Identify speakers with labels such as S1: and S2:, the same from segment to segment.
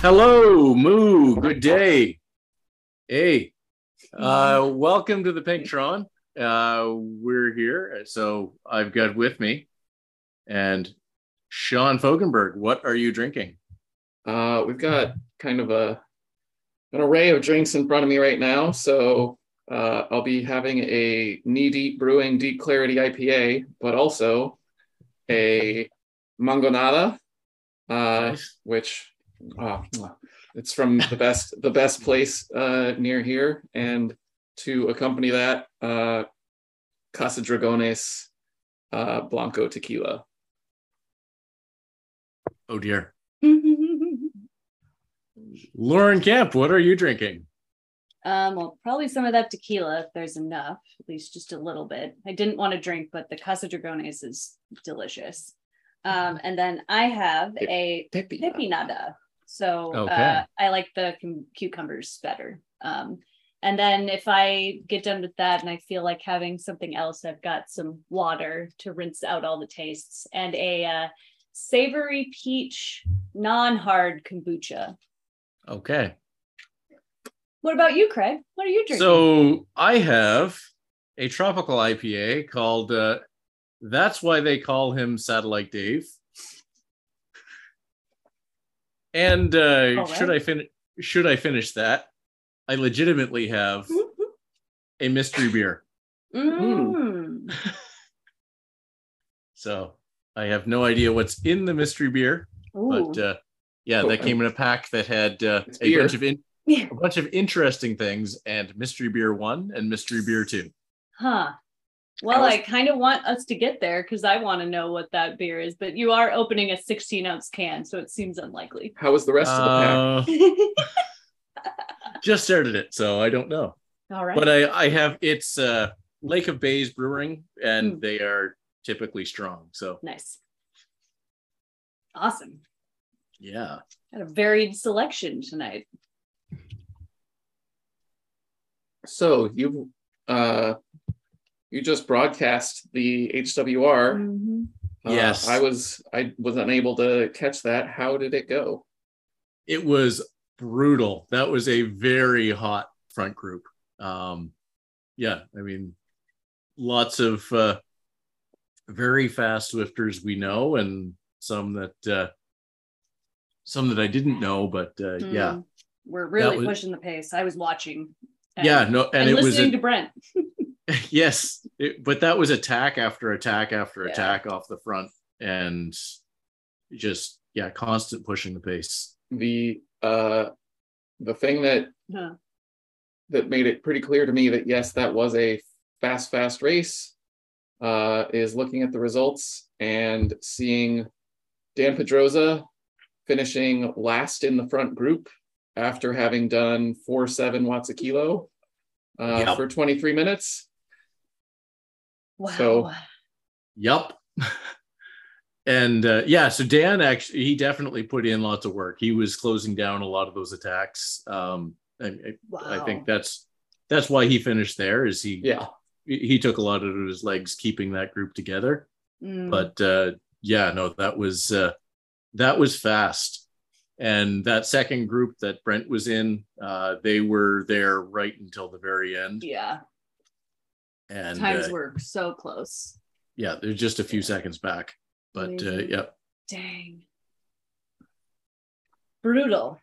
S1: Hello, Moo. Good day. Hey, uh, welcome to the Pinktron. Uh, we're here. So I've got with me and Sean Fogenberg. What are you drinking?
S2: Uh, we've got kind of a an array of drinks in front of me right now. So uh, I'll be having a knee deep brewing deep clarity IPA, but also a mangonada, uh, which oh, it's from the best the best place uh, near here. And to accompany that, uh, Casa Dragones uh, Blanco tequila.
S1: Oh, dear.
S3: Um,
S1: Lauren Camp, what are you drinking?
S3: Um, well, probably some of that tequila if there's enough, at least just a little bit. I didn't want to drink, but the Casa Dragones is delicious. Um, and then I have a
S2: Pepe.
S3: pepinada. So
S1: Okay.
S3: uh, I like the cum- cucumbers better. Um, and then if I get done with that and I feel like having something else, I've got some water to rinse out all the tastes and a uh, savory peach non hard kombucha.
S1: Okay.
S3: What about you, Craig? What are you drinking?
S1: So I have a tropical IPA called. Uh, that's why they call him Satellite Dave. And uh,
S3: right.
S1: should I finish? Should I finish that? I legitimately have
S2: Hmm.
S1: a mystery beer,
S3: Mm.
S1: so I have no idea what's in the mystery beer.
S3: Ooh.
S1: But uh, yeah,
S2: Oh,
S1: that came in a pack that had uh,
S2: It's
S1: a
S2: beer.
S1: bunch of in-
S3: Yeah.
S1: a bunch of interesting things, and mystery beer one and mystery beer two.
S3: Huh. Well,
S2: was-
S3: I kind of want us to get there because I want to know what that beer is, but you are opening a 16 ounce can, so it seems unlikely.
S2: How was the rest of the pack?
S1: Uh, just started it, so I don't know.
S3: All right.
S1: But uh, I, I have it's uh, Lake of Bays Brewing, and
S3: Mm.
S1: they are typically strong. So
S3: nice. Awesome.
S1: yeah,
S3: Got a varied selection tonight.
S2: So you uh, you just broadcast the HWR.
S3: Mhm.
S2: Uh,
S1: Yes.
S2: I was I was unable to catch that. How did it go?
S1: it was brutal. That was a very hot front group. Um, yeah, I mean, lots of uh, very fast swifters we know, and some that uh, some that I didn't know. But uh, yeah,
S3: Mm. We're really
S1: was-
S3: pushing the pace. I was watching. and-
S1: yeah, no, and,
S3: And,
S1: it was.
S3: listening
S1: a-
S3: to Brent.
S1: yes it, but that was attack after attack after
S3: Yeah.
S1: attack off the front and just yeah constant pushing the pace
S2: The uh, the thing that
S3: Huh.
S2: that made it pretty clear to me that yes, that was a fast, fast race. Uh, is looking at the results and seeing Dan Pedroza finishing last in the front group after having done four seven watts a kilo uh,
S1: Yeah.
S2: for 23 minutes.
S3: Wow.
S2: So-
S1: Yup. and uh, yeah, so Dan actually he definitely put in lots of work. He was closing down a lot of those attacks. Um, and I-
S3: wow.
S1: I think that's that's why he finished there. Is he
S2: Yeah,
S1: he took a lot out of his legs keeping that group together.
S3: Mm.
S1: But uh, yeah, no, that was uh, that was fast. And that second group that Brent was in, uh, they were there right until the very end.
S3: yeah,
S1: And
S3: times
S1: uh,
S3: were so close.
S1: yeah, they're just a few seconds back. But uh,
S3: Amazing.
S1: yeah,
S3: Dang. Brutal.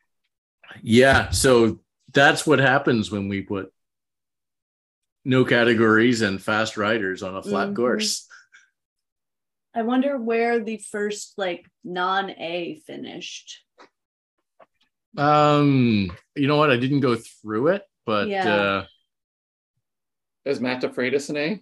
S1: Yeah, so that's what happens when we put no categories and fast riders on a flat
S3: Mhm.
S1: course.
S3: I wonder where the first like non A finished.
S1: Um, you know what? I didn't go through it, but
S3: Yeah.
S1: uh,
S2: is Matt DeFreitas an A?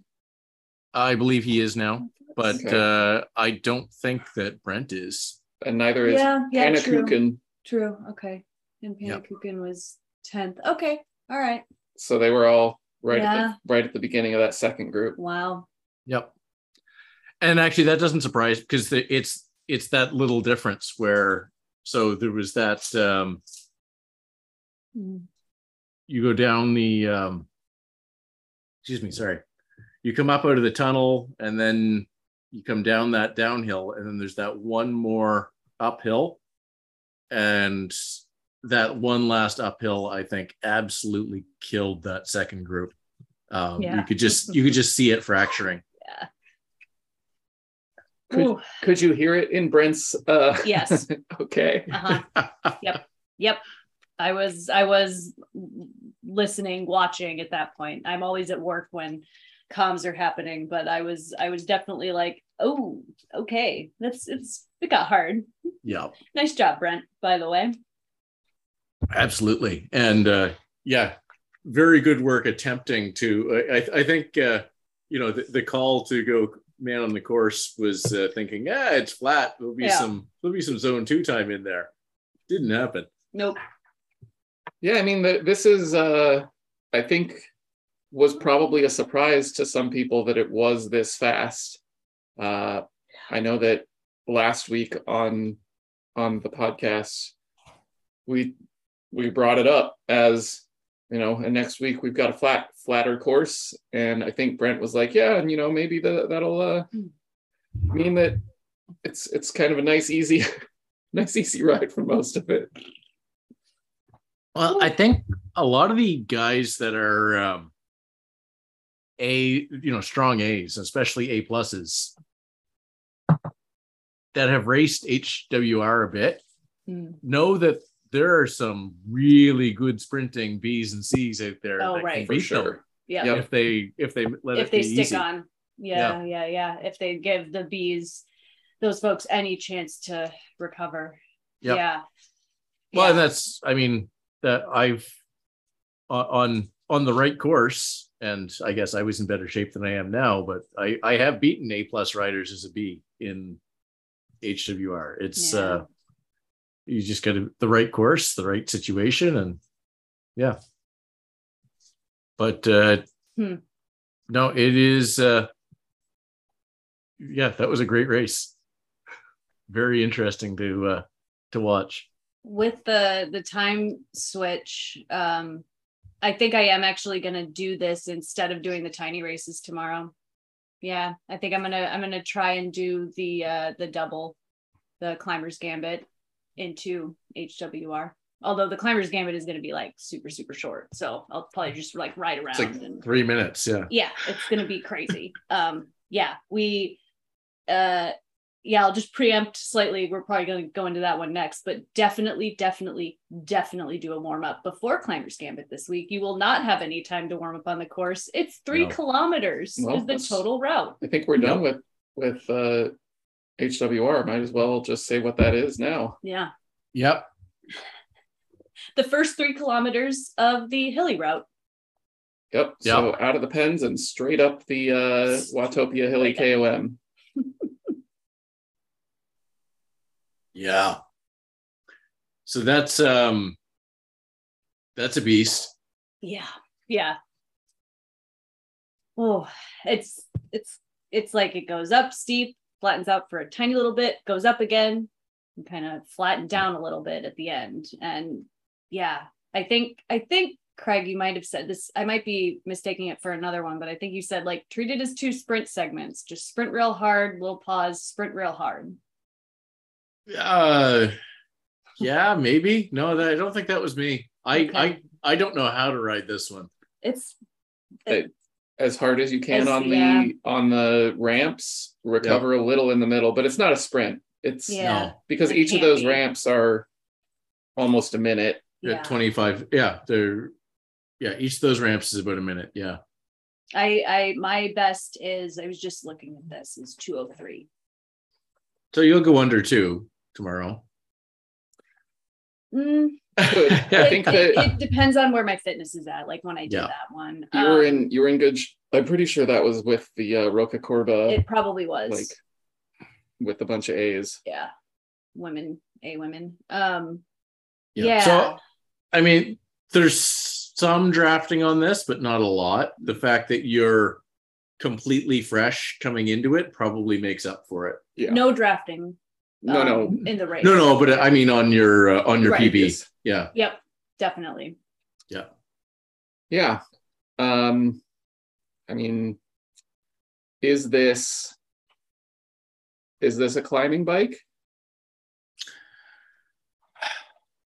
S1: I believe he is now. But
S2: Okay.
S1: uh, I don't think that Brent is.
S2: And neither is
S3: yeah, yeah,
S2: Anna
S3: true.
S2: Kukin.
S3: True. Okay. And
S1: Yep.
S3: Panakukin was 10th. Okay. All right.
S2: So they were all right
S3: Yeah.
S2: at the, right at the beginning of that second group.
S3: Wow.
S1: Yep. And actually, that doesn't surprise because the, it's it's that little difference where so there was that um,
S3: Mm.
S1: you go down the um excuse me sorry you come up out of the tunnel and then you come down that downhill and then there's that one more uphill and that one last uphill, I think, absolutely killed that second group. Um,
S3: Yeah.
S1: You could just you could just see it fracturing.
S2: Could-
S3: Ooh,
S2: Could you hear it in Brent's? Uh,
S3: yes.
S2: okay.
S3: Uh-huh. Yep. I was I was listening, watching at that point. I'm always at work when comms are happening, but I was I was definitely like, oh, okay. That's it's it got hard.
S1: yeah,
S3: Nice job, Brent, by the way.
S1: absolutely, and uh, yeah, very good work attempting to. I, I- I think uh, you know the, the call to go man on the course was uh, thinking, yeah, it's flat. There'll be
S3: Yeah.
S1: some there'll be some zone two time in there. Didn't happen.
S3: Nope.
S2: Yeah, I mean, the, this is, uh, I think, was probably a surprise to some people that it was this fast. Uh, I know that last week on on the podcast, we we brought it up as you know, and next week we've got a flat flatter course, and I think Brent was like, yeah, and you know, maybe the, that'll uh, mean that it's it's kind of a nice easy nice easy ride for most of it.
S1: Well, I think a lot of the guys that are um, a you know strong A's, especially A pluses, that have raced HWR a bit,
S3: Mm.
S1: know that there are some really good sprinting B's and C's out there
S3: Oh,
S1: that
S3: right.
S1: can
S2: For
S1: beat
S2: sure.
S1: them
S3: Yeah.
S2: Yep.
S1: if they if they let
S3: If
S1: it
S3: they
S1: be
S3: stick
S1: easy.
S3: on. Yeah, yeah, yeah. If they give the bees those folks any chance to recover.
S1: Yep.
S3: Yeah.
S1: Well, and
S3: Yeah.
S1: that's I mean that I've on- on on the right course, and I guess I was in better shape than I am now. But I I have beaten A plus riders as a B in HWR. It's
S3: Yeah.
S1: uh you just got to the right course, the right situation, and yeah. But uh
S3: Hmm.
S1: no, it is uh yeah, that was a great race. Very interesting to uh to watch.
S3: with the the time switch um i think i am actually going to do this instead of doing the tiny races tomorrow yeah i think i'm going to i'm going to try and do the uh the double the climbers gambit into hwr although the climbers gambit is going to be like super super short so i'll probably just like ride around
S1: It's like
S3: and
S1: three minutes. Yeah.
S3: yeah it's gonna be crazy um yeah we uh yeah i'll just preempt slightly we're probably gonna go into that one next but definitely definitely definitely do a warm-up before climbers gambit this week you will not have any time to warm up on the course it's three
S1: No.
S3: kilometers
S2: Well,
S3: is the
S2: that's-
S3: total route
S2: I think we're done with with uh, HWR. Might as well just say what that is now.
S3: yeah
S1: Yep.
S3: the first three kilometers of the hilly route
S2: Yep. So out of the pens and straight up the uh, Watopia Hilly KOM.
S1: Yeah. So that's um that's a beast.
S3: yeah yeah oh it's it's it's like it goes up steep flattens out for a tiny little bit goes up again and kind of flattened down a little bit at the end and yeah i think i think craig you might have said this i might be mistaking it for another one but i think you said like treat it as two sprint segments just sprint real hard little pause sprint real hard
S1: Uh yeah, maybe. No, that, I don't think that was me. I I I don't know how to ride this one.
S3: it's
S2: As hard as you can
S3: As-
S2: on the
S3: yeah.
S2: on the ramps, recover a little in the middle, but it's not a sprint. It's
S3: Yeah.
S2: because
S3: It
S2: each
S3: can't
S2: of those
S3: be.
S2: ramps are almost a minute.
S1: No.
S3: yeah
S1: At 25. Yeah, they're yeah, each of those ramps is about a minute. Yeah.
S3: i i my best is i was just looking at this is 203
S1: So you'll go under two tomorrow.
S3: Mm,
S2: Good. I
S3: it,
S2: think
S3: it,
S2: that-
S3: it depends on where my fitness is at. Like when I did
S1: Yeah.
S3: that one,
S2: You were
S3: um,
S2: in you were in good. Sh- I'm pretty sure that was with the uh, Roca Corba,
S3: It probably was.
S2: like with a bunch of A's.
S3: yeah, women, a women. Um, yeah.
S1: So I mean, there's some drafting on this, but not a lot. The fact that you're completely fresh coming into it probably makes up for it.
S2: Yeah.
S3: no drafting.
S2: no,
S3: um,
S2: no.
S3: in the race.
S1: No, no, but I mean on your uh, on your
S3: Right.
S1: PB.
S2: Yes.
S1: Yeah,
S3: Yep, definitely.
S2: Yeah. Um, I mean, is this is this a climbing bike?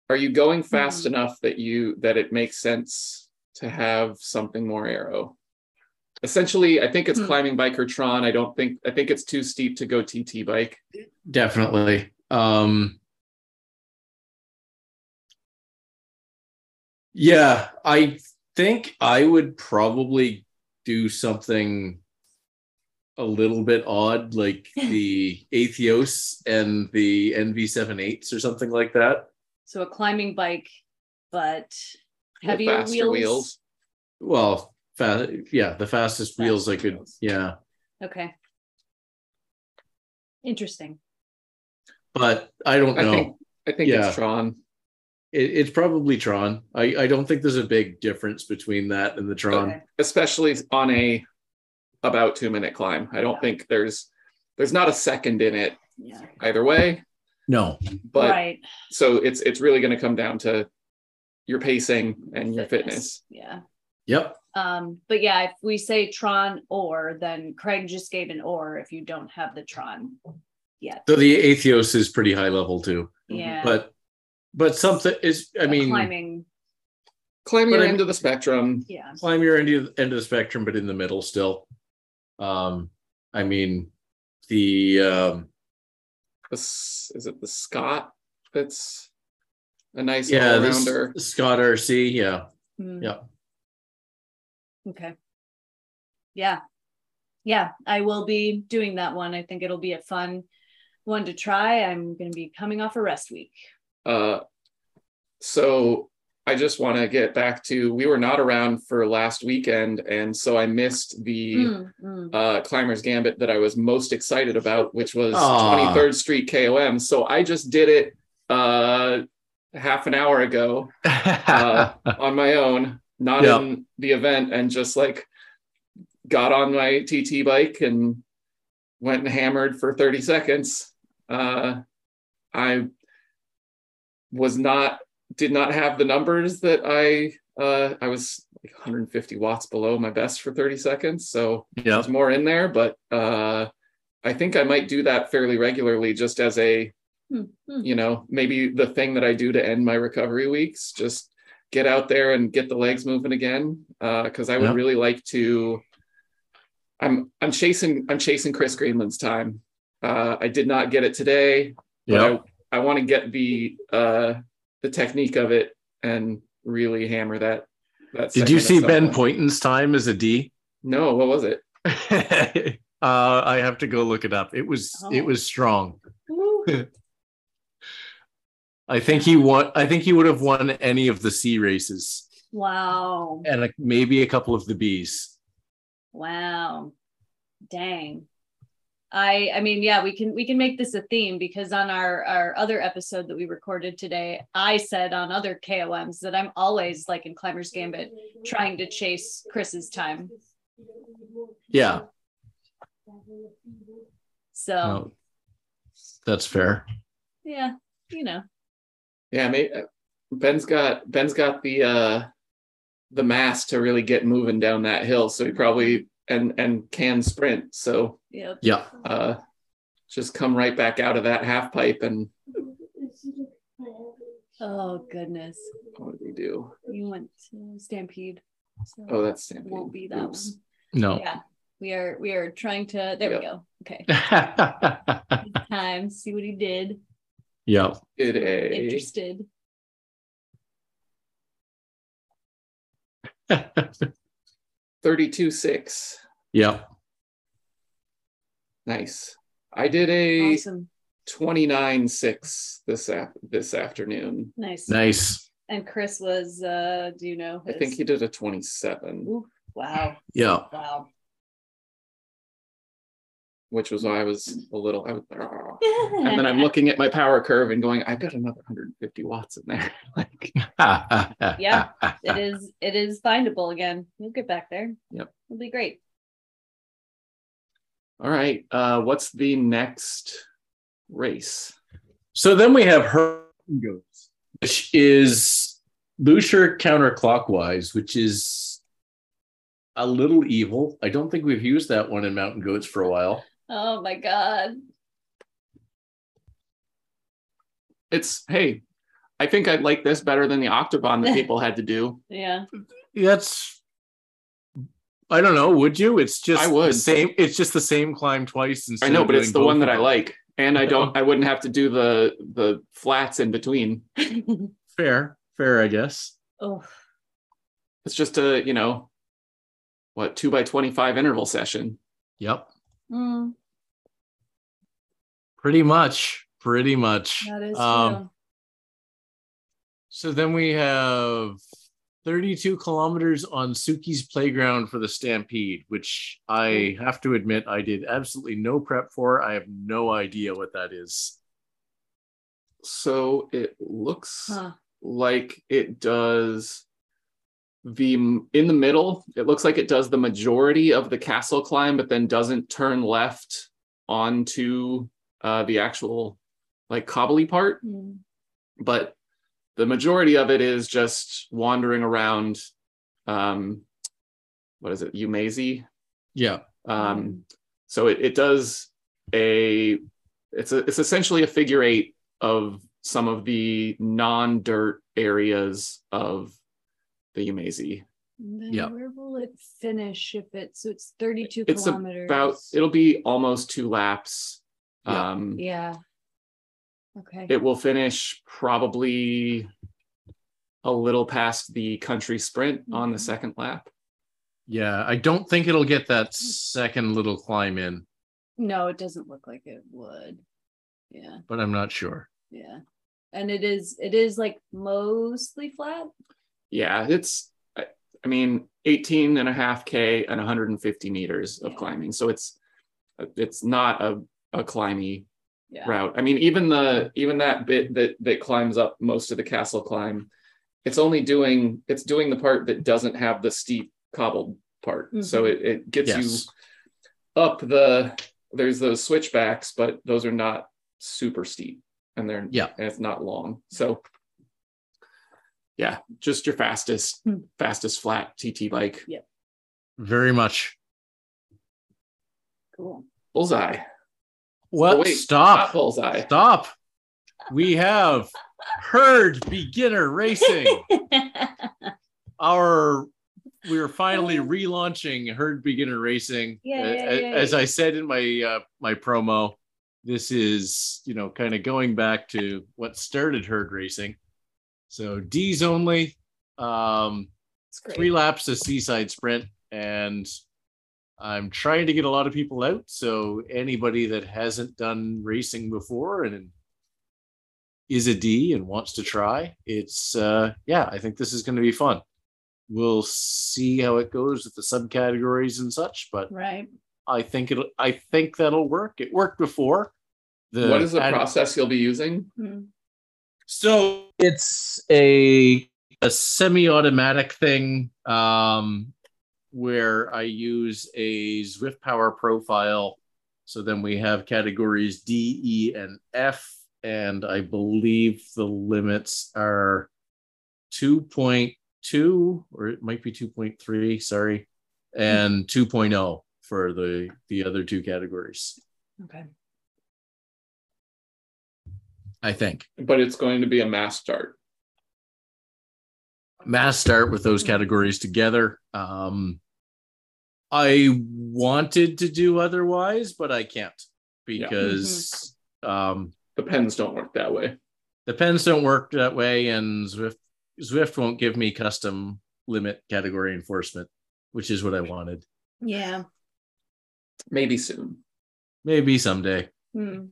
S2: are you going fast
S3: Hmm.
S2: enough that you that it makes sense to have something more arrow? Essentially, I think it's
S3: Hmm.
S2: climbing biker Tron. I don't think I think it's too steep to go TT bike.
S1: Definitely. Um Yeah, I think I would probably do something a little bit odd like the Atheos and the NV78s or something like that.
S3: So a climbing bike, but
S2: with
S3: heavier
S2: faster
S3: wheels.
S1: Well, fa- yeah, the fastest wheels I could.
S3: Fastest
S1: Yeah.
S3: Okay. Interesting.
S1: But I don't
S2: I
S1: know.
S2: think I think
S1: Yeah.
S2: it's Tron.
S1: It, it's probably Tron. I, I don't think there's a big difference between that and the
S2: Um,
S1: Tron.
S3: Okay.
S2: especially on a about two minute climb. I don't
S3: Yeah.
S2: think there's there's not a second in it
S3: Yeah.
S2: either way.
S1: No.
S2: But
S3: right.
S2: so it's it's really going to come down to your pacing and your fitness.
S3: Yeah.
S1: Yep.
S3: Um, but yeah, if we say Tron or, then Craig just gave an or if you don't have the Tron yet.
S1: Though the Atheos is pretty high level too.
S2: Mhm.
S3: Yeah.
S1: But but something is I
S3: a
S1: mean climb.
S3: climbing.
S2: Climb your
S1: But I-
S2: end of the spectrum.
S3: Yeah.
S1: your end of, end of the spectrum, but in the middle still. Um I mean the um
S2: This, is it the Scott? That's a nice
S1: yeah
S2: all
S1: this
S2: rounder.
S1: Scott RC, yeah.
S3: Mm.
S1: Yeah.
S3: Okay. Yeah. Yeah, I will be doing that one. I think it'll be a fun one to try. I'm going to be coming off a rest week.
S2: Uh, so I just want to get back to we were not around for last weekend, and so I missed the.
S3: Mm, mm.
S2: uh, Climbers Gambit that I was most excited about, which was
S1: Aw.
S2: 23rd Street KOM. So I just did it uh, half an hour ago
S1: Uh,
S2: on my own, not
S1: Yeah.
S2: in the event, and just like got on my TT bike and went and hammered for 30 seconds. Uh, I was not, did not have the numbers that I, uh, I was like 150 watts below my best for 30 seconds. So,
S1: yeah.
S2: there's more in there, but uh, I think I might do that fairly regularly just as a,
S3: Hmm, hmm.
S2: you know, maybe the thing that I do to end my recovery weeks, just get out there and get the legs moving again. Uh, cause I would
S1: Yeah.
S2: really like to, I'm, I'm chasing, I'm chasing Chris Greenland's time. Uh, I did not get it today, but
S1: Yeah.
S2: I, I want to get the, uh, the technique of it and really hammer that. that
S1: Did you see
S2: second at
S1: Ben
S2: some point.
S1: Poynton's time as a D?
S2: No, what was it?
S1: uh, I have to go look it up. It was it
S3: Oh.
S1: was strong.
S3: Woo.
S1: I think he won. I think he would have won any of the C races
S3: Wow.
S1: and like, maybe a couple of the B's.
S3: Wow. Dang. I I mean, yeah, we can we can make this a theme because on our our other episode that we recorded today, I said on other KOMs that I'm always like in Climbers Gambit trying to chase Chris's time.
S1: Yeah,
S3: So
S2: Oh.
S1: no, that's fair.
S3: yeah, you know.
S2: Yeah, maybe Ben's got Ben's got the uh the mass to really get moving down that hill, so he probably and and can sprint. So
S3: Yep.
S1: Yeah,
S2: uh just come right back out of that half pipe and
S3: Oh goodness.
S2: what did we do?
S3: You went to Stampede. So
S2: Oh, that's Stampede.
S3: won't be that
S2: Oops. Oh.
S1: no.
S3: one. Yeah. We are we are trying to there
S2: Yep.
S3: we go. Okay.
S1: Yeah,
S3: Time. See what he did.
S2: Did a
S3: Interested.
S2: thirty-two six.
S1: yeah.
S2: Nice. I did a
S3: Awesome.
S2: twenty-nine six this af- this afternoon.
S3: Nice.
S1: Nice.
S3: And Chris was, uh, do you know?
S2: I
S3: his-
S2: think he did a twenty-seven.
S3: Ooh, wow,
S1: Yeah,
S3: wow.
S2: which was why I was a little. I was, and then I'm looking at my power curve and going, I've got another 150 watts in there. like,
S1: yeah.
S3: It is. It is findable again. We'll get back there.
S2: Yep.
S3: It'll be great.
S2: all right, uh, what's the next race?
S1: So then we have her goes, which is Lucier counterclockwise, which is a little evil. I don't think we've used that one in Mountain Goats for a while.
S3: Oh my god.
S2: It's hey, I think I'd like this better than the Octobon that people had to do.
S3: Yeah.
S1: That's I don't know. Would you? It's just
S2: I would.
S1: the same. It's just the same climb twice.
S2: I
S1: instead
S2: know,
S1: of
S2: but it's
S1: doing
S2: the
S1: both
S2: one
S1: of
S2: that I
S1: them.
S2: like. And I
S1: Yeah.
S2: don't I wouldn't have to do the the flats in between.
S1: Fair, fair, I guess.
S3: oh,
S2: It's just a, you know, what, two by twenty-five interval session.
S1: Yep,
S3: mm,
S1: pretty much, pretty much. Um,
S3: that is
S2: Um,
S3: true.
S1: So then we have 32 kilometers on Suki's playground for the Stampede, which I have to admit I did absolutely no prep for. I have no idea what that is.
S2: So it looks
S3: Huh.
S2: like it does the in the middle it looks like it does the majority of the castle climb but then doesn't turn left onto uh, the actual like cobbly part
S3: Mm.
S2: but the majority of it is just wandering around um what is it umazi
S1: Yeah.
S2: um so it, it does a it's a, it's essentially a figure eight of some of the non-dirt areas of the Umazi.
S3: And Then
S1: Yeah.
S3: Where will it finish if it's so it's 32
S2: It's
S3: kilometers?
S2: About it'll be almost two laps.
S1: Yeah.
S2: Um,
S3: yeah. Okay.
S2: It will finish probably a little past the country sprint on
S1: Mm-hmm.
S2: the
S3: Mhm.
S2: second lap.
S1: Yeah. I don't think it'll get that
S3: Hmm.
S1: second little climb in,
S3: no, it doesn't look like it would. Yeah.
S1: but I'm not sure.
S3: Yeah. And it is it is like mostly flat.
S2: Yeah, it's I, I mean 18 and a half k and 150 meters of
S3: Yeah.
S2: climbing. So it's it's not a a climby
S3: Yeah.
S2: route. I mean, even the even that bit that that climbs up most of the castle climb, it's only doing it's doing the part that doesn't have the steep cobbled part. So
S3: Mhm.
S2: it, it gets
S1: Yes.
S2: you up the there's those switchbacks, but those are not super steep and they're
S1: Yeah.
S2: and it's not long. So yeah, just your fastest
S3: Hmm.
S2: fastest flat TT bike.
S1: Very much.
S3: Cool.
S2: Bullseye.
S1: What?
S2: Oh, wait,
S1: Stop.
S2: Not bullseye.
S1: Stop. We have herd beginner racing. our we are finally relaunching herd beginner racing
S3: Yay,
S1: A-
S3: yay,
S1: a-
S3: yay.
S1: as i said in my uh, my promo this is you know kind of going back to what started herd racing so d's only um
S3: it's great.
S1: three laps a seaside sprint and i'm trying to get a lot of people out so anybody that hasn't done racing before and is a d and wants to try it's uh yeah i think this is going to be fun we'll see how it goes with the subcategories and such but
S3: right.
S1: i think it'll i think that'll work it worked before the
S2: what is the
S1: ad-
S2: process you'll be using?
S3: Mm.
S1: so it's a a semi-automatic thing um, where I use a Zwift Power profile. So then we have categories D, E, and F, and I believe the limits are 2.2 or it might be 2.3, sorry, and 2.0 for the the other two categories.
S3: Okay.
S1: I think
S2: But it's going to be a mass start.
S1: mass start with those categories together. Um, I wanted to do otherwise, but I can't because um,
S2: the pens don't work that way.
S1: the pens don't work that way, and Zwift Zwift won't give me custom limit category enforcement, which is what I wanted.
S3: Yeah.
S2: Maybe soon.
S1: Maybe someday,
S3: Mm.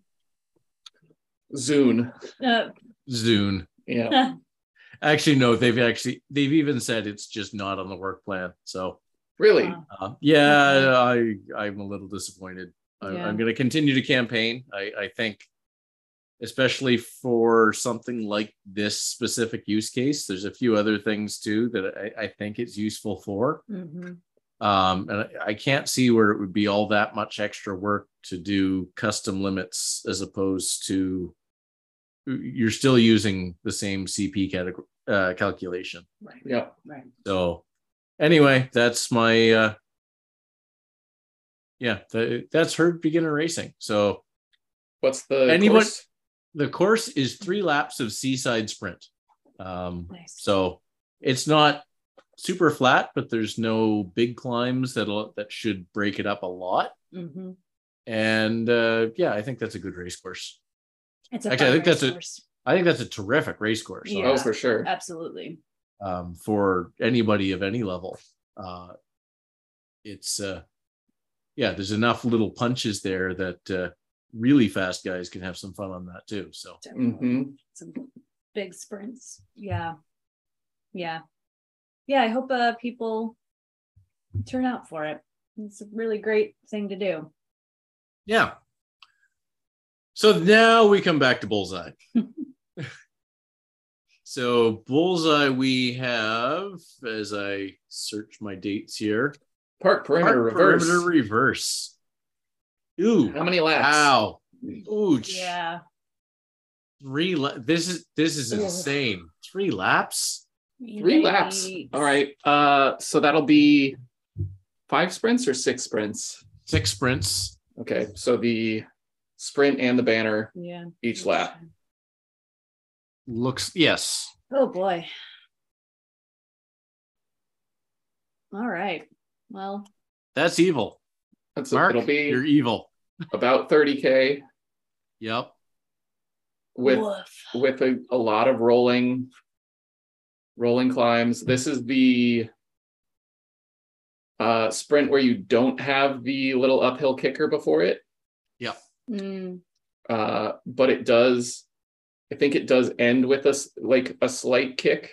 S2: Zune.
S3: Uh,
S1: Zune.
S2: Yeah.
S1: Actually, no, they've actually they've even said it's just not on the work plan. So
S2: Really?
S3: wow.
S1: Uh, yeah, I I'm a little disappointed. I,
S3: Yeah.
S1: I'm going to continue to campaign. I I think, especially for something like this specific use case, there's a few other things too that I, I think it's useful for.
S3: Mhm.
S1: Um, and I, I can't see where it would be all that much extra work to do custom limits as opposed to you're still using the same CP category uh, calculation.
S3: Right.
S2: Yeah.
S3: Right.
S1: So anyway, that's my uh yeah, th- that's her beginner racing. So
S2: What's the
S1: Anyone-
S2: course?
S1: the course is three laps of seaside sprint. Um,
S3: Nice.
S1: So it's not super flat, but there's no big climbs that that should break it up a lot.
S3: hmm
S1: And uh, yeah, I think that's a good race course.
S3: It's a
S1: Actually, I
S3: fun
S1: think that's a-
S3: resource.
S1: I think that's a terrific race course
S3: Yeah. Uh,
S2: Oh, for sure.
S3: absolutely.
S1: um, for anybody of any level. Uh, it's uh, yeah, there's enough little punches there that uh, really fast guys can have some fun on that too. So
S3: Definitely.
S2: hmm
S3: Some big sprints. Yeah. Yeah. Yeah. I hope uh, people turn out for it. It's a really great thing to do.
S1: yeah. So now we come back to bullseye. so bullseye, we have as I search my dates here.
S2: Park perimeter
S1: Park
S2: reverse.
S1: perimeter reverse. Ooh,
S2: How many laps?
S1: wow. Ooh,
S3: Yeah.
S1: three la- this is this is
S2: Ugh.
S1: insane three laps
S2: Three laps.
S3: Yikes.
S2: All right. Uh, so that'll be five sprints or six sprints.
S1: six sprints
S2: Okay. So the sprint and the banner
S3: Yeah.
S2: each lap.
S1: looks yes
S3: Oh boy. All right. Well,
S1: that's evil
S2: That's
S1: mark
S2: it'll
S1: you're
S2: be
S1: evil
S2: about 30k
S1: yep
S2: with
S3: woof.
S2: with a, a lot of rolling rolling climbs. This is the uh, sprint where you don't have the little uphill kicker before it.
S3: Mm,
S2: uh, but it does. I think it does end with us like a slight kick.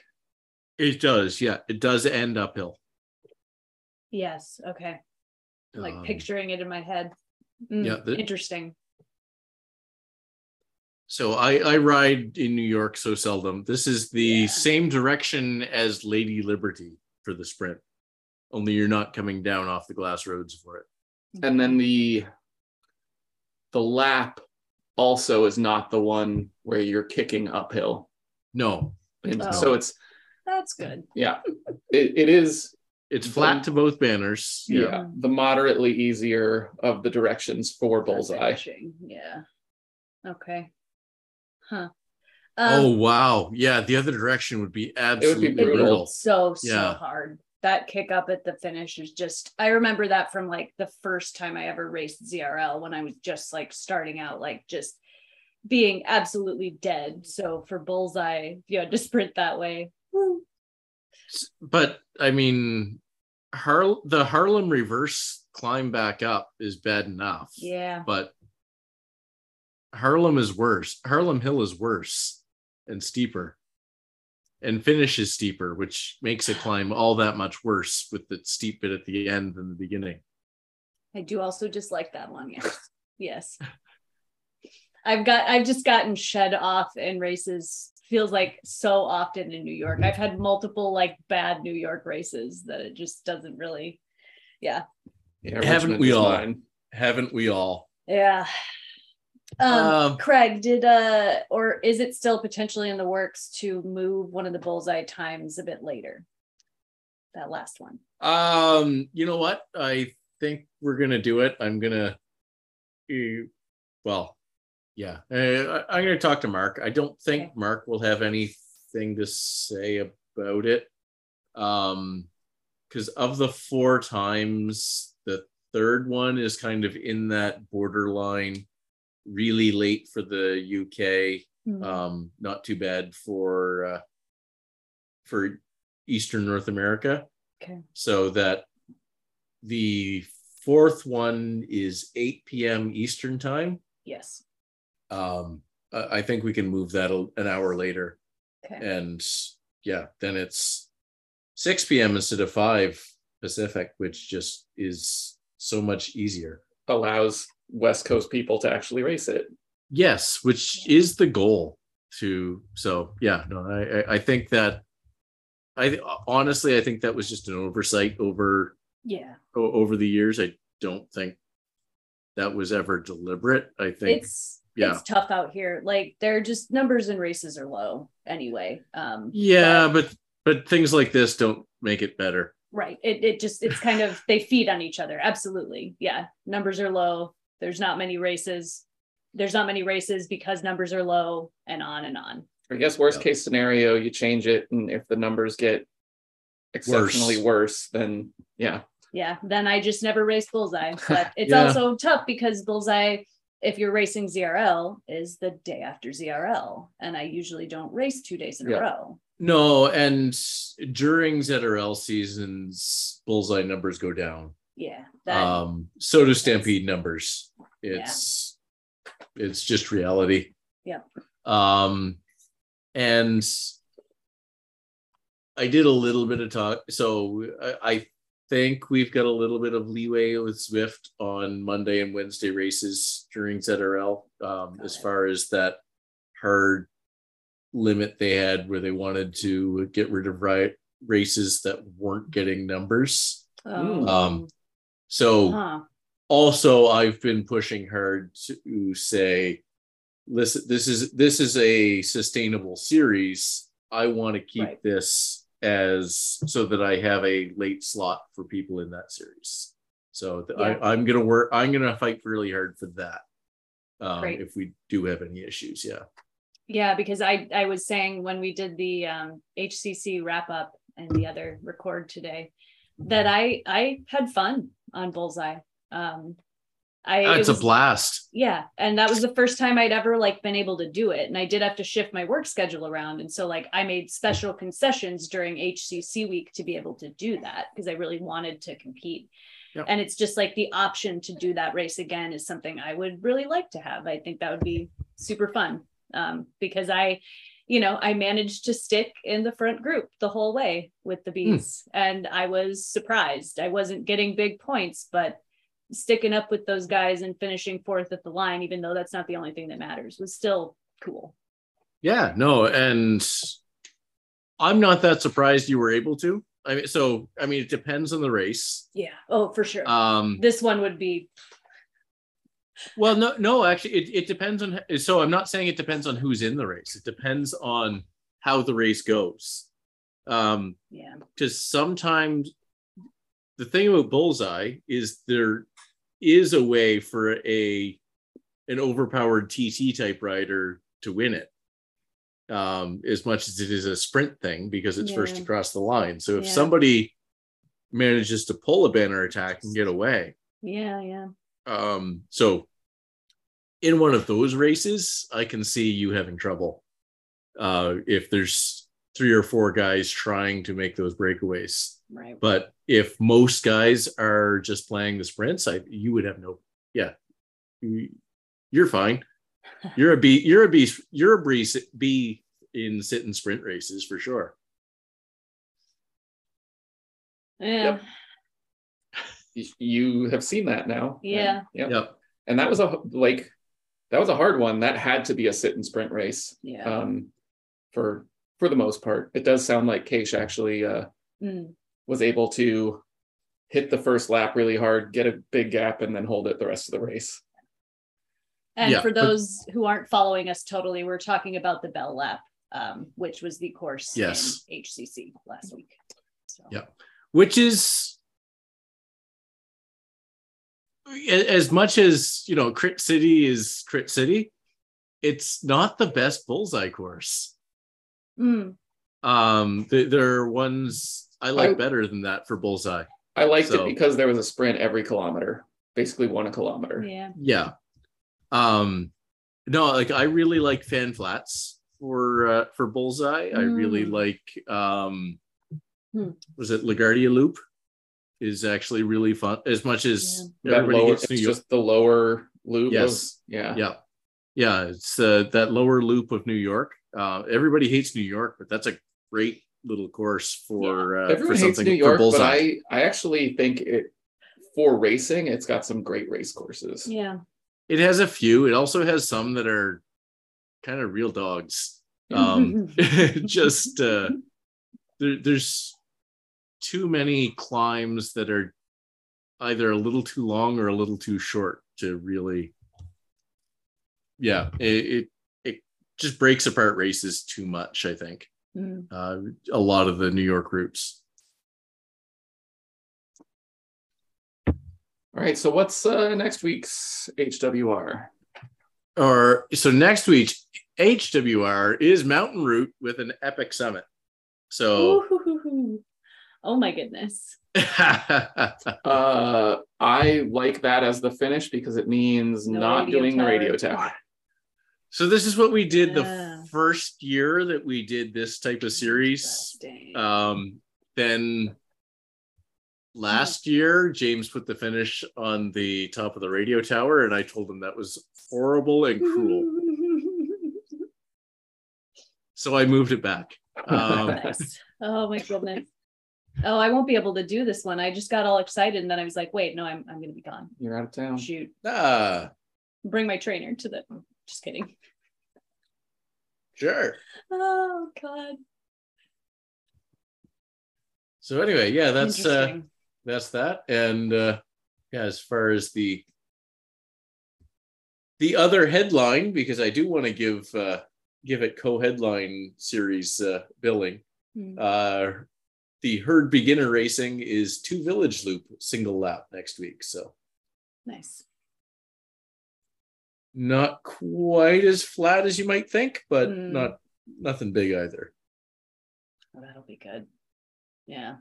S1: it does yeah it does end uphill
S3: yes. Okay. Like
S1: Um,
S3: picturing it in my head. Mm,
S1: yeah, the-
S3: interesting.
S1: so i i ride in new york so seldom this is the
S3: Yeah.
S1: same direction as lady liberty for the sprint only you're not coming down off the glass roads for it
S2: And then the the lap also is not the one where you're kicking uphill.
S1: no
S2: And
S3: Oh.
S2: so it's
S3: That's good.
S2: yeah, it, it is
S1: it's flat to both banners
S2: yeah.
S3: Yeah.
S2: the moderately easier of the directions for bullseye.
S3: Refreshing. Yeah. Okay. Huh. Um,
S1: oh wow yeah the other direction would be absolutely
S2: brutal.
S1: brutal.
S3: so so
S1: Yeah.
S3: hard. That kick up at the finish is just I remember that from like the first time I ever raced ZRL when I was just like starting out, like just being absolutely dead. So for bullseye, if you had to sprint that way. woo.
S1: but I mean, Har- the Harlem reverse climb back up is bad enough.
S3: Yeah.
S1: But Harlem is worse. Harlem Hill is worse and steeper and finishes steeper, which makes a climb all that much worse with the steep bit at the end than the beginning.
S3: I do also just like that one. Yes. yes. I've got I've just gotten shed off in races feels like so often in New York. I've had multiple like bad New York races that it just doesn't really
S2: Yeah,
S1: Haven't
S2: Richmond
S1: we
S2: is
S1: all?
S2: mine.
S1: Haven't we all?
S3: Yeah. Um,
S1: Um,
S3: Craig, did uh or is it still potentially in the works to move one of the bullseye times a bit later? That last one.
S1: Um, you know what? I think we're gonna do it. I'm gonna, eh, well, yeah. Eh, I, I'm gonna talk to Mark. I don't think
S3: Okay.
S1: Mark will have anything to say about it. Um, because of the four times, the third one is kind of in that borderline, really late for the UK
S3: Hmm. Mm-hmm.
S1: um not too bad for uh for eastern north america
S3: Okay.
S1: so that the fourth one is 8 p.m eastern time
S3: yes.
S1: um i I think we can move that a- an hour later
S3: Okay.
S1: and yeah then it's 6 p.m instead of 5 pacific which just is so much easier
S2: allows West Coast people to actually race it.
S1: Yes, which is the goal to so yeah, no, I I- I think that I honestly I think that was just an oversight over
S3: Yeah.
S1: o- over the years. I don't think that was ever deliberate. I think
S3: It's
S1: yeah.
S3: it's tough out here. Like they're just numbers and races are low anyway. Um
S1: yeah, but but things like this don't make it better.
S3: right. It it just it's kind of they feed on each other. Absolutely. Yeah. Numbers are low. There's not many races. There's not many races because numbers are low and on and on.
S2: I guess worst
S1: Yeah.
S2: case scenario, you change it, and if the numbers get exceptionally worse, then yeah,
S3: yeah then i just never race bullseye but it's
S1: Yeah.
S3: also tough because bullseye if you're racing zrl is the day after zrl and i usually don't race two days in
S2: Yeah.
S3: a row
S1: No, and during ZRL seasons, bullseye numbers go down.
S3: yeah that,
S1: Um, so do stampede numbers. It's it's just reality.
S3: Yep.
S1: Um, and I did a little bit of talk. So I, I think we've got a little bit of leeway with Swift on Monday and Wednesday races during ZRL, um,
S3: Got
S1: as
S3: it.
S1: far as that hard limit they had where they wanted to get rid of right races that weren't getting numbers. um,
S3: um,
S1: oh. So
S3: huh.
S1: also I've been pushing hard to say, listen, this is this is a sustainable series. I want to keep
S3: Right.
S1: this as so that I have a late slot for people in that series. So th-
S3: Yeah.
S1: I, I'm gonna work. I'm gonna fight really hard for that. Um,
S3: Great.
S1: if we do have any issues, yeah.
S3: yeah because i i was saying when we did the um, hcc wrap up and the other record today that i i had fun on bullseye um i it
S1: That's Oh, Ah, a
S3: was-
S1: blast.
S3: yeah and that was the first time i'd ever like been able to do it and i did have to shift my work schedule around and so like i made special concessions during hcc week to be able to do that because i really wanted to compete
S1: Yep.
S3: and it's just like the option to do that race again is something i would really like to have i think that would be super fun um, because i you know i managed to stick in the front group the whole way with the bees and i was surprised i wasn't getting big points but sticking up with those guys and finishing fourth at the line, even though that's not the only thing that matters, was still cool.
S1: Yeah, no, and I'm not that surprised you were able to. I mean, so I mean, it depends on the race.
S3: Yeah. Oh, for sure.
S1: Um,
S3: this one would be
S1: well, no, no, actually, it, it depends on. So I'm not saying it depends on who's in the race. It depends on how the race goes. Um,
S3: yeah.
S1: because sometimes the thing about bullseye is there is a way for a an overpowered TT typewriter to win it. Um, as much as it is a sprint thing because it's first
S3: Yeah.
S1: across the line. So if
S3: Yeah.
S1: somebody manages to pull a banner attack and get away,
S3: Yeah, yeah.
S1: um, so in one of those races, I can see you having trouble. Uh, if there's three or four guys trying to make those breakaways,
S3: Right.
S1: but if most guys are just playing the sprints, I you would have no. Yeah, You- you're fine. You're a B. You're a B. You're a B, B in sit and sprint races for sure.
S3: Yeah.
S2: Yep. y- you have seen that now.
S3: Yeah.
S2: And, yep.
S1: Yep.
S2: And that was a like that was a hard one. That had to be a sit and sprint race.
S3: Yeah.
S1: Uh,
S2: Um, for for the most part, it does sound like Keish actually uh,
S3: Mm,
S2: was able to hit the first lap really hard, get a big gap, and then hold it the rest of the race.
S3: And
S1: Yeah,
S3: for
S1: but-
S3: those who aren't following us totally, we're talking about the Bell Lap, um, which was the course
S1: Yes.
S3: in HCC last week. So,
S1: Yep. which is a- as much as you know crit city is crit city it's not the best bullseye course
S3: Mm,
S1: um th- there are ones i like
S2: I-
S1: better than that for bullseye
S2: I liked
S1: So-
S2: it because there was a sprint every kilometer, basically one a kilometer.
S3: yeah.
S1: yeah um no like i really like fan flats for uh, for bullseye i really
S3: Mm.
S1: like um
S3: Hmm.
S1: was it laguardia loop is actually really fun as much as
S2: That
S1: everybody
S2: lower,
S1: hates
S2: it's
S1: new york
S2: just the lower loop.
S1: Yes.
S2: of- yeah.
S1: yeah yeah it's uh, that lower loop of new york uh, everybody hates new york but that's a great little course for uh, for
S2: Everyone hates
S1: something
S2: New York,
S1: for
S2: but
S1: bullseye
S2: I, I actually think it for racing, it's got some great race courses.
S3: Yeah.
S1: it has a few it also has some that are kind of real dogs um just uh there, there's too many climbs that are either a little too long or a little too short to really yeah it it, it just breaks apart races too much i think
S3: Mm,
S1: uh, a lot of the New York routes.
S2: All right, so what's uh, next week's HWR?
S1: Or so next week, HWR is Mountain Root with an epic summit. So
S3: Ooh-hoo-hoo-hoo. Oh my goodness.
S2: Uh, I like that as the finish because it means
S3: No
S2: not
S3: radio
S2: doing
S3: tower.
S2: the radio tower.
S1: so this is what we did
S3: Yeah.
S1: the first year that we did this type of series.
S3: Interesting.
S1: Um, then last
S3: Hmm.
S1: year, James put the finish on the top of the radio tower, and I told him that was horrible and cruel. So I moved it back. Um,
S3: Nice. Oh my goodness. Oh, I won't be able to do this one. I just got all excited and then I was like, wait, no, I'm I'm gonna be gone.
S2: You're out of
S1: Oh.
S2: town.
S3: Shoot.
S1: ah,
S3: Bring my trainer to the just kidding.
S1: sure.
S3: Oh god.
S1: So anyway, yeah, that's uh,
S3: Interesting.
S1: that's that. And uh, yeah, as far as the the other headline, because I do want to give uh, give it co-headline series uh, billing.
S3: Hmm.
S1: Uh, the herd beginner racing is two village loop single lap next week, so
S3: nice.
S1: not quite as flat as you might think, but
S3: Hmm.
S1: not nothing big either.
S3: Oh, that'll be good. Yeah.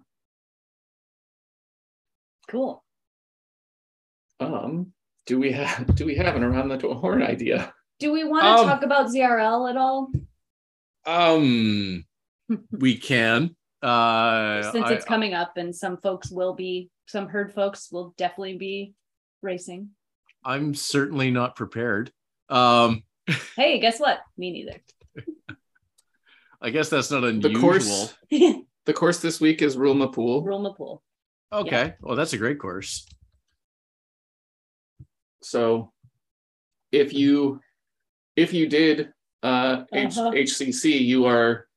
S3: Cool.
S2: Um, do we have do we have an around the horn idea?
S3: Do we want to
S1: Um,
S3: talk about ZRL at all?
S1: Um, we can. Uh,
S3: Since
S1: I-
S3: it's coming up and some folks will be, some herd folks will definitely be racing.
S1: I'm certainly not prepared. Um,
S3: Hey, guess what? Me neither.
S1: I guess that's not
S2: The
S1: unusual.
S2: course the course this week is Rulma Pool.
S3: Rule my pool.
S1: okay. Well, that's a great course.
S2: So if you if you did uh, H-
S3: Uh-huh.
S2: HCC, you are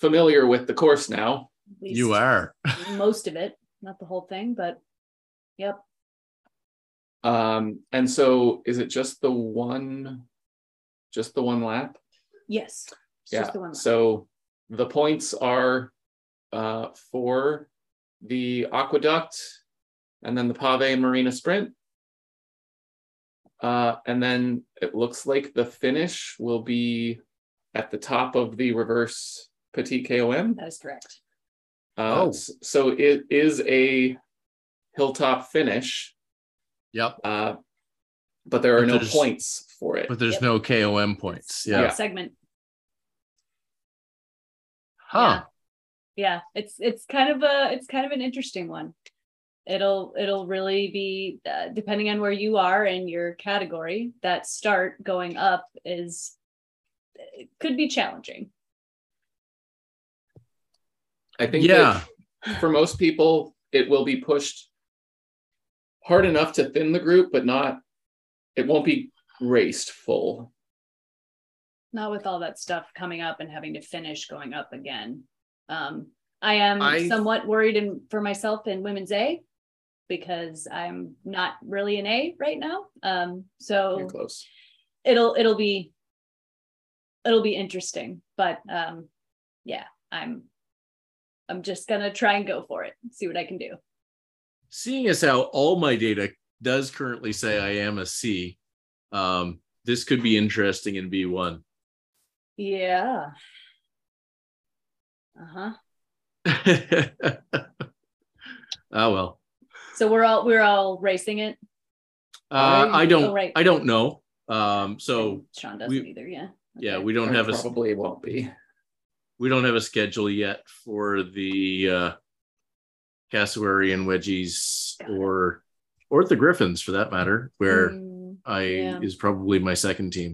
S2: familiar with the course now.
S3: At least
S1: You are.
S3: most of it, not the whole thing, but yep.
S2: Um, and so is it just the one just the one lap?
S3: Yes. It's
S2: yeah.
S3: just the one. left.
S2: So the points are uh, for the aqueduct, and then the Pave and Marina Sprint. Uh, and then it looks like the finish will be at the top of the reverse Petit KOM.
S3: that is correct.
S2: Uh,
S1: Oh.
S2: s- So it is a hilltop finish,
S1: Yep.
S2: uh, but there are
S1: But
S2: no
S1: there's-
S2: points for it.
S1: But there's
S3: Yep.
S1: no KOM points.
S3: It's
S1: Yeah.
S3: one Segment.
S1: Huh.
S3: yeah it's it's kind of a it's kind of an interesting one it'll it'll really be uh, depending on where you are in your category that start going up is it could be challenging
S2: I think that-
S1: Yeah.
S2: for most people, it will be pushed hard enough to thin the group, but not, it won't be raced full.
S3: not with all that stuff coming up and having to finish going up again um i am
S1: I-
S3: somewhat worried in, for myself in women's a because i'm not really an a right now um so
S2: You're close.
S3: it'll it'll be it'll be interesting but um yeah i'm i'm just gonna try and go for it see what i can do
S1: Seeing as how all my data does currently say I am a C, um, this could be interesting in B1.
S3: yeah uh-huh
S1: oh, well.
S3: so we're all we're all racing it
S1: Uh,
S2: I-
S1: I don't,
S3: oh, right.
S1: I don't know. Um, so
S3: And sean doesn't
S1: we-
S3: either yeah
S1: yeah,
S3: Okay.
S1: we don't
S2: Or
S1: have a,
S2: probably won't be.
S1: we don't have a schedule yet for the uh cassowary and wedgies
S3: Got it.
S1: or or the griffins for that matter where
S3: Mm,
S1: i
S3: yeah.
S1: is probably my second team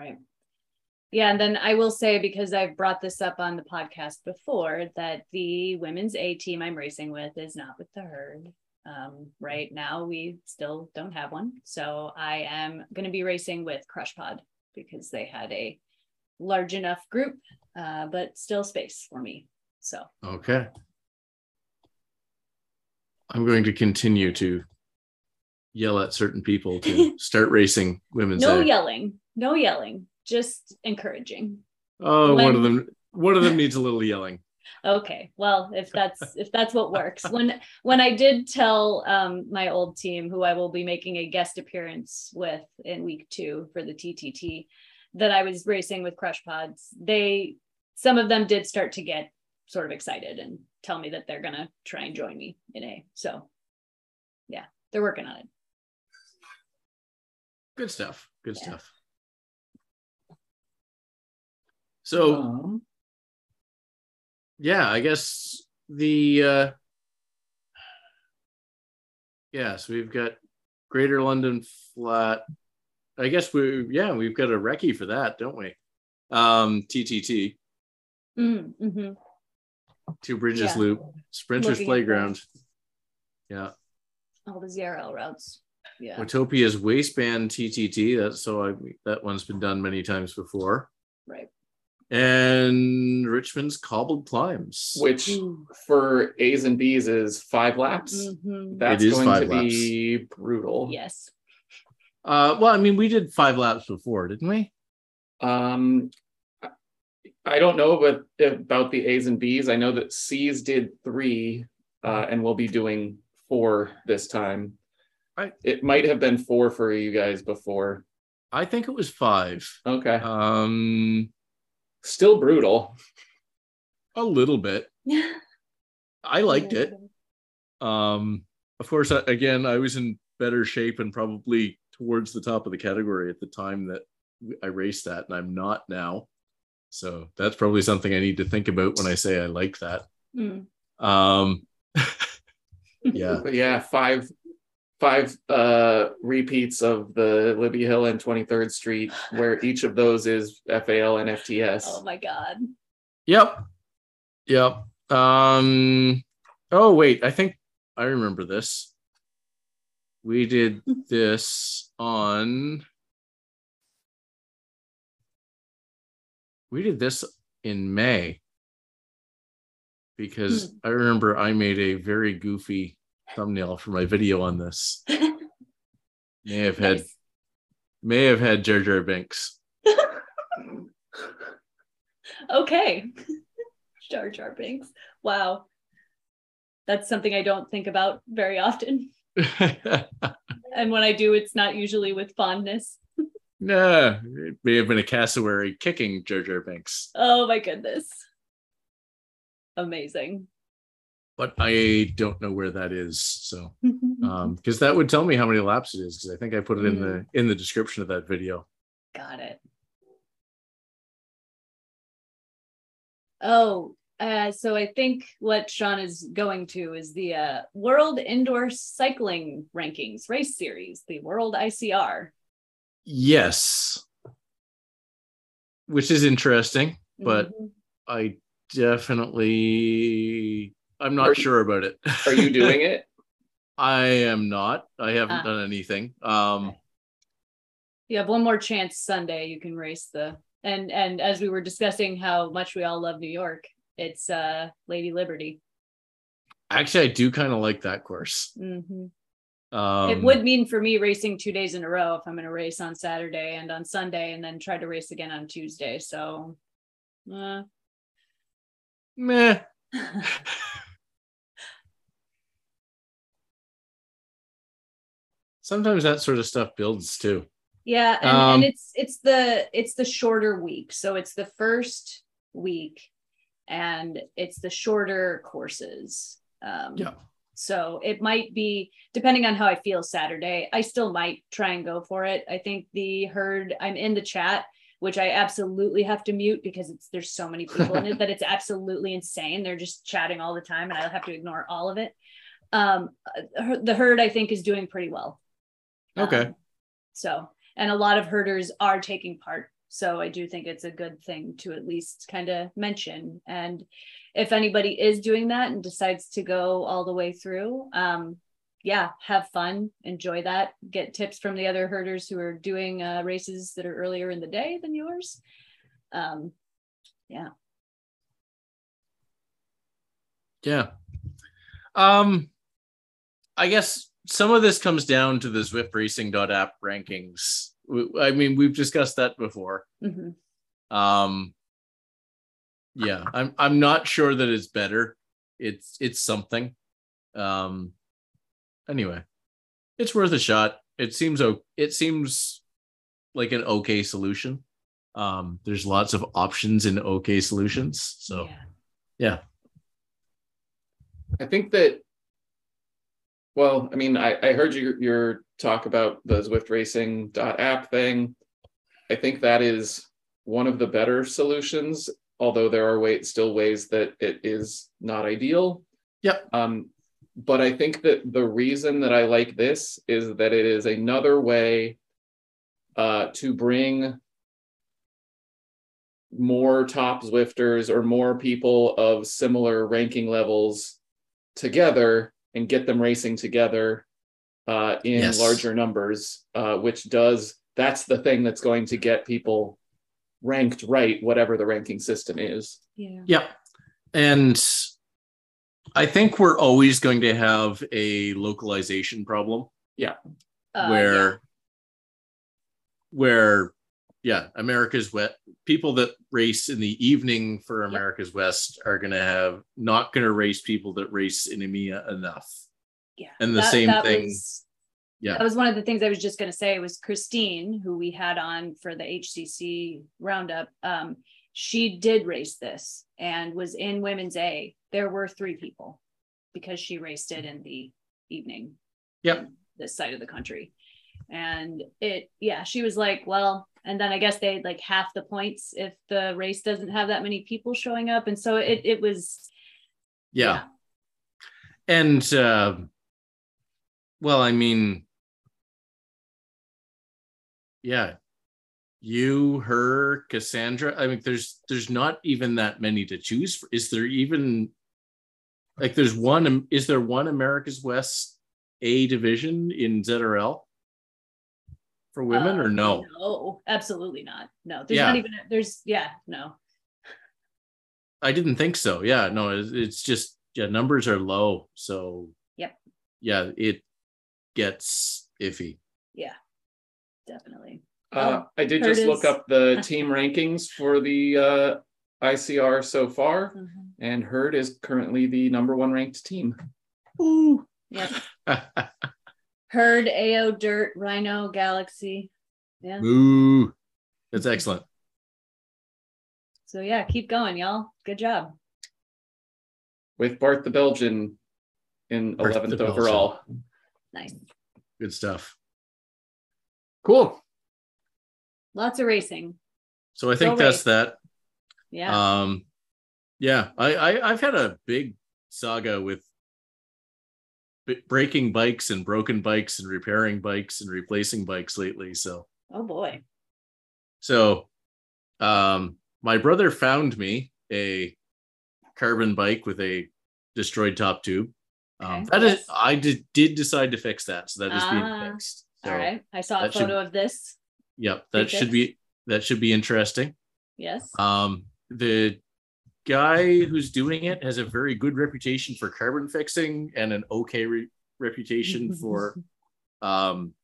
S3: right yeah and then i will say because i've brought this up on the podcast before that the women's a team i'm racing with is not with the herd Um, right now, we still don't have one. So I am going to be racing with Crush Pod because they had a large enough group, uh, but still space for me. So
S1: okay i'm going to continue to yell at certain people to start racing women's
S3: no
S1: A.
S3: yelling, no yelling, just encouraging.
S1: oh one of
S3: When-
S1: them one of them needs a little yelling
S3: Okay, well, if that's if that's what works. When when I did tell um, my old team, who I will be making a guest appearance with in week two for the TTT, that I was racing with crush pods, they some of them did start to get sort of excited and tell me that they're gonna try and join me in A. So yeah, they're working on it.
S1: Good stuff. Good
S3: Yeah.
S1: stuff. So
S2: Um,
S1: yeah, I guess the uh yeah, so we've got Greater London Flat. I guess we yeah, we've got a recce for that, don't we? Um TTT,
S3: Mm, mhm.
S1: Two Bridges
S3: Yeah.
S1: Loop, Sprinters
S3: Looking at
S1: Playground. Yeah.
S3: All the ZRL routes. Yeah.
S1: Utopia's Waistband TTT. That's so I that one's been done many times before.
S3: Right.
S1: And Richmond's Cobbled Climbs.
S2: which
S3: Mm-hmm.
S2: for A's and B's is five laps.
S3: Mhm.
S2: That's
S1: It is
S2: going
S1: five
S2: to be brutal.
S3: Yes.
S1: Uh well, I mean, we did five laps before, didn't we?
S2: Um, I- I don't know about, about the A's and B's. I know that C's did three, uh, and we'll be doing four this time.
S1: Right.
S2: It might have been four for you guys before.
S1: I think it was five.
S2: Okay.
S1: Um,
S2: Still brutal.
S1: a little bit. I liked it. Um, of course, I, again, I was in better shape and probably towards the top of the category at the time that I raced that, and I'm not now. So that's probably something I need to think about when I say I like that.
S3: Mm.
S1: Um, yeah,
S2: But yeah, five five uh repeats of the Libby Hill and 23rd Street, where each of those is FAL and FTS.
S3: Oh my God.
S1: yep, yep. Um, oh wait, I think I remember this. We did this on. We did this in May because I remember I made a very goofy thumbnail for my video on this. May have had
S3: Nice.
S1: may have had Jar Jar Binks.
S3: Okay. Jar Jar Binks. Wow. That's something I don't think about very often. And when I do, it's not usually with fondness.
S1: no, it may have been a cassowary kicking Jar Jar Binks.
S3: Oh my goodness. Amazing.
S1: but I don't know where that is. So,
S2: Mm-hmm.
S1: um, because that would tell me how many laps it is. Because I think I put it in
S2: Mm.
S1: the in the description of that video.
S3: Got it. Oh, uh, so I think what Sean is going to is the uh, World Indoor Cycling Rankings Race Series, the World ICR.
S1: Yes, which is interesting, but
S3: Mhm.
S1: I definitely I'm not
S2: Are-
S1: sure about it.
S2: Are you doing it?
S1: I am not. I haven't
S3: Ah.
S1: done anything. Um,
S3: you have one more chance Sunday. You can race the and and as we were discussing how much we all love New York, it's uh, Lady Liberty.
S1: actually, I do kind of like that course.
S3: hmm
S1: Um,
S3: it would mean for me racing two days in a row if I'm going to race on Saturday and on Sunday and then try to race again on Tuesday. So, uh,
S1: Meh. Sometimes that sort of stuff builds too.
S3: yeah, and,
S1: Um,
S3: and it's it's the it's the shorter week, so it's the first week, and it's the shorter courses. Um,
S1: Yeah.
S3: So it might be depending on how I feel Saturday. I still might try and go for it. I think the herd. I'm in the chat, which I absolutely have to mute because it's there's so many people in it that it's absolutely insane. They're just chatting all the time, and I have to ignore all of it. Um, uh, the herd I think is doing pretty well.
S1: Okay.
S3: Um, so and a lot of herders are taking part. So I do think it's a good thing to at least kind of mention and if anybody is doing that and decides to go all the way through, um, yeah, have fun, enjoy that, get tips from the other herders who are doing uh, races that are earlier in the day than yours. Um,
S1: Yeah. Um, I guess some of this comes down to the Zwift Racing.app rankings. W- I mean, we've discussed that before.
S3: mhm.
S1: Um, yeah, I'm I'm not sure that it's better. It's it's something. Um, anyway, it's worth a shot. It seems o- it seems like an okay solution. Um, there's lots of options in OK Solutions. So, yeah.
S2: I think that. Well, I mean, I, I heard your your talk about the Zwift Racing app thing. I think that is one of the better solutions, although there are way, still ways that it is not ideal.
S1: Yep.
S2: Um, but I think that the reason that I like this is that it is another way uh, to bring more top Zwifters or more people of similar ranking levels together and get them racing together uh, in
S1: Yes.
S2: larger numbers, uh, which does that's the thing that's going to get people ranked right, whatever the ranking system is.
S3: Yeah.
S1: Yep. And I think we're always going to have a localization problem.
S3: Uh,
S1: where
S3: yeah.
S1: where yeah america's west people that race in the evening for america's west are going to have not going to race people that race in E emea enough
S3: yeah.
S1: and the same thing-
S3: was-
S1: Yeah.
S3: That was one of the things I was just going to say was Christine, who we had on for the HCC roundup. Um, she did race this and was in women's A. There were three people because she raced it in the evening.
S1: Yep.
S3: in This side of the country. And it, yeah, she was like, well, and then I guess they like half the points if the race doesn't have that many people showing up. And so it, it was,
S1: yeah, and uh, well i mean yeah you her cassandra i mean there's there's not even that many to choose for is there even like there's one um, is there one america's west a division in zrl for women
S3: Uh,
S1: or no
S3: No, absolutely not. No, there's
S1: Yeah.
S3: not even, there's, yeah, no.
S1: I didn't think so. Yeah, no, it's, it's just yeah, numbers are low, so
S3: Yep.
S1: yeah, it gets iffy.
S3: definitely.
S2: Uh, I did just
S3: Curtis.
S2: look up the team rankings for the uh, ICR so far,
S3: Mm-hmm.
S2: and Hurd is currently the number one ranked team.
S1: Ooh.
S3: Yep. Herd, AO, Dirt, Rhino, Galaxy. Yeah.
S1: Ooh. That's excellent.
S3: So yeah, keep going, y'all. Good job.
S2: with Bart the Belgian in
S1: Bart the
S2: 11th
S1: Belgian.
S2: overall.
S3: Nice.
S1: Good stuff.
S2: Cool.
S3: Lots of racing.
S1: So I think
S3: Go
S1: that's
S3: race.
S1: that.
S3: Yeah.
S1: Um yeah, I, I I've had a big saga with b- breaking bikes and broken bikes and repairing bikes and replacing bikes lately, so
S3: oh boy.
S1: So, um, my brother found me a carbon bike with a destroyed top tube. Um,
S3: Okay.
S1: That is,
S3: Yes.
S1: I did, did decide to fix that, so that is
S3: Ah,
S1: being fixed. So,
S3: All right. I saw a
S1: that should-
S3: photo of this.
S1: Yep, that
S3: Be
S1: should be that should be interesting.
S3: Yes.
S1: Um, the guy who's doing it has a very good reputation for carbon fixing and an okay re- reputation for um,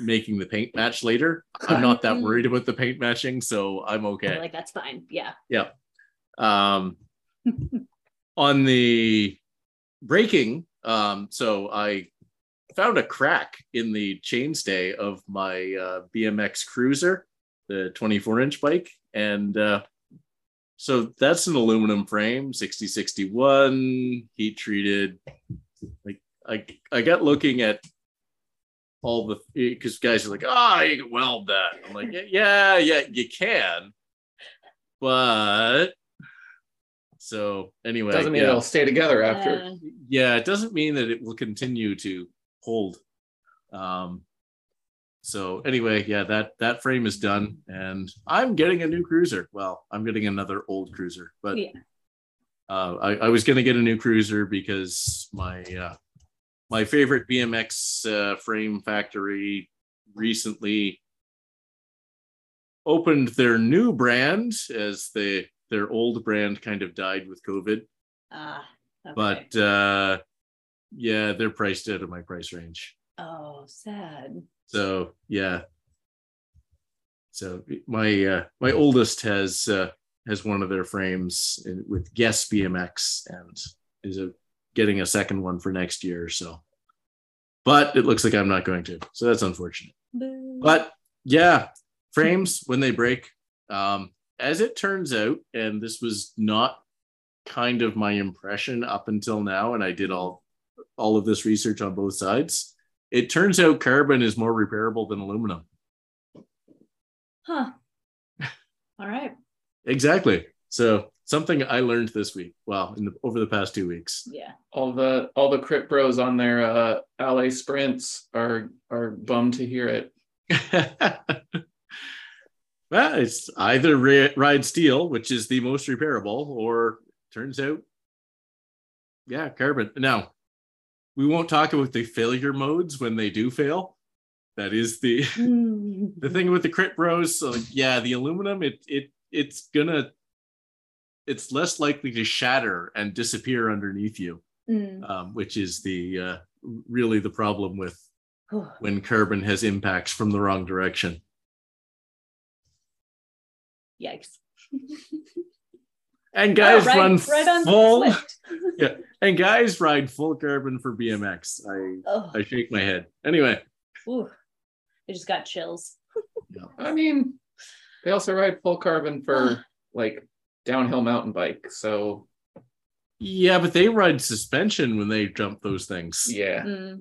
S1: making the paint match later. I'm not that worried about the paint matching, so I'm okay.
S3: Like that's fine. Yeah.
S1: um, on the braking um, so i found a crack in the chainstay of my uh, bmx cruiser the 24 inch bike and uh, so that's an aluminum frame 6061 heat treated like i i got looking at all the because guys are like ah you can weld that i'm like yeah yeah you can but so anyway
S2: Doesn't mean
S1: yeah.
S2: it'll stay together after.
S3: Uh,
S1: yeah it doesn't mean that it will continue to hold um so anyway yeah that that frame is done and i'm getting a new cruiser well i'm getting another old cruiser but
S3: Yeah.
S1: uh, I, I was going to get a new cruiser because my uh, my favorite bmx uh, frame factory recently opened their new brand as they their old brand kind of died with covid
S3: ah, okay.
S1: but uh yeah they're priced out of my price range
S3: oh, sad.
S1: so yeah so my uh my oldest has uh has one of their frames in- with guess bmx and is a, getting a second one for next year or so but it looks like i'm not going to so that's unfortunate
S3: Boo.
S1: but yeah frames when they break Um, as it turns out, and this was not kind of my impression up until now, and I did all all of this research on both sides. It turns out carbon is more repairable than aluminum.
S3: Huh. All right.
S1: Exactly. So something I learned this week. Wow, in the, over the past two weeks.
S3: Yeah.
S2: All the all the crit bros on their uh, LA sprints are are bummed to hear it.
S1: well, it's either ri- ride steel, which is the most repairable, or turns out, yeah, carbon. Now, we won't talk about the failure modes when they do fail. That is the
S3: Mm.
S1: the thing with the crit bros. So yeah, the aluminum it it it's gonna it's less likely to shatter and disappear underneath you,
S3: Mm.
S1: um, which is the uh, really the problem with
S3: Whew.
S1: when carbon has impacts from the wrong direction.
S3: Yikes.
S1: And guys
S3: Oh, right-
S1: run
S3: right on
S1: full
S3: Swift.
S1: and guys ride full carbon for BMX. I
S3: Oh,
S1: I shake my head. Anyway,
S3: ooh. I just got chills.
S2: I mean, they also ride full carbon for like downhill mountain bike. So
S1: yeah, but they ride suspension when they jump those things.
S2: yeah,
S3: Mm.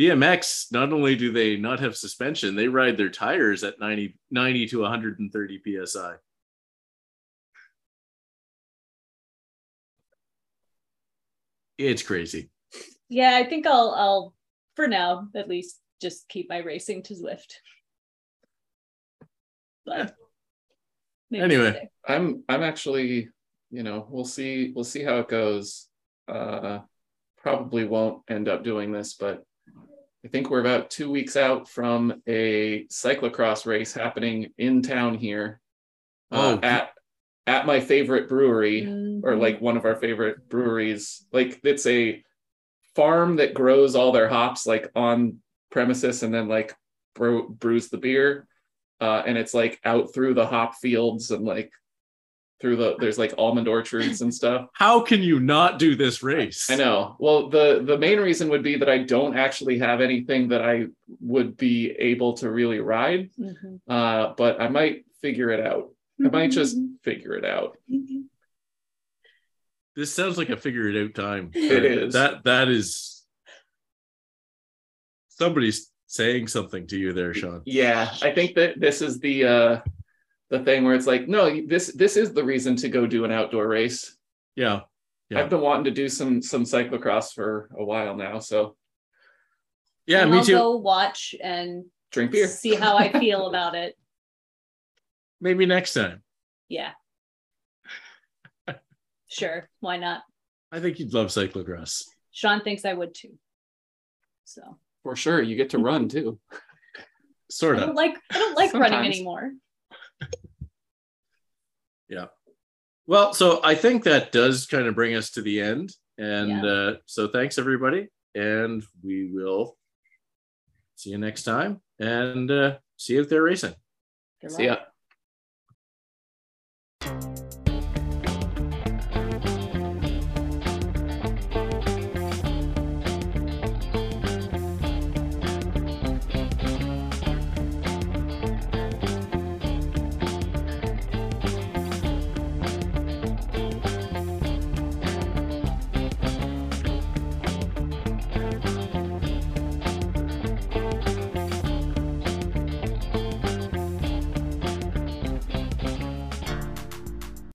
S1: BMX, not only do they not have suspension, they ride their tires at 90, 90 to 130 psi. It's crazy.
S3: Yeah, I think I'll I'll for now at least just keep my racing to Zwift. But maybe
S1: Anyway.
S3: someday.
S2: I'm I'm actually, you know, we'll see we'll see how it goes. Uh, probably won't end up doing this, but I think we're about two weeks out from a cyclocross race happening in town here. Uh,
S1: Oh.
S2: at at my favorite brewery. or
S3: Mhm.
S2: like one of our favorite breweries. Like it's a farm that grows all their hops like on premises and then like brew, brews the beer. Uh, and it's like out through the hop fields and like through the there's like almond orchards and stuff.
S1: How can you not do this race?
S2: I know. Well, the the main reason would be that I don't actually have anything that I would be able to really ride.
S3: Mhm.
S2: Uh, but I might figure it out. I might just figure it out.
S3: Mm-hmm.
S1: This sounds like a figure it out time.
S3: It
S2: is.
S1: That that is somebody's saying something to you there, Sean.
S2: yeah i think that this is the uh the thing where it's like no this this is the reason to go do an outdoor race
S1: Yeah. Yeah.
S2: i've been wanting to do some some cyclocross for a while now so
S1: Yeah,
S3: And
S1: me
S3: I'll
S1: too.
S3: go watch and
S2: drink beer
S3: see how I feel about it.
S1: Maybe next time.
S3: Yeah. Sure. Why not?
S1: I think you'd love cyclocross.
S3: Sean thinks I would too. So
S2: for sure you get to run too
S1: Sort
S3: I
S1: of.
S3: don't like I don't like running
S2: Sometimes.
S3: anymore.
S1: Well, so I think that does kind of bring us to the end. And
S3: Yeah.
S1: uh, so thanks, everybody. And we will see you next time and uh, see you if they're racing.
S3: Good
S2: see ya
S3: luck.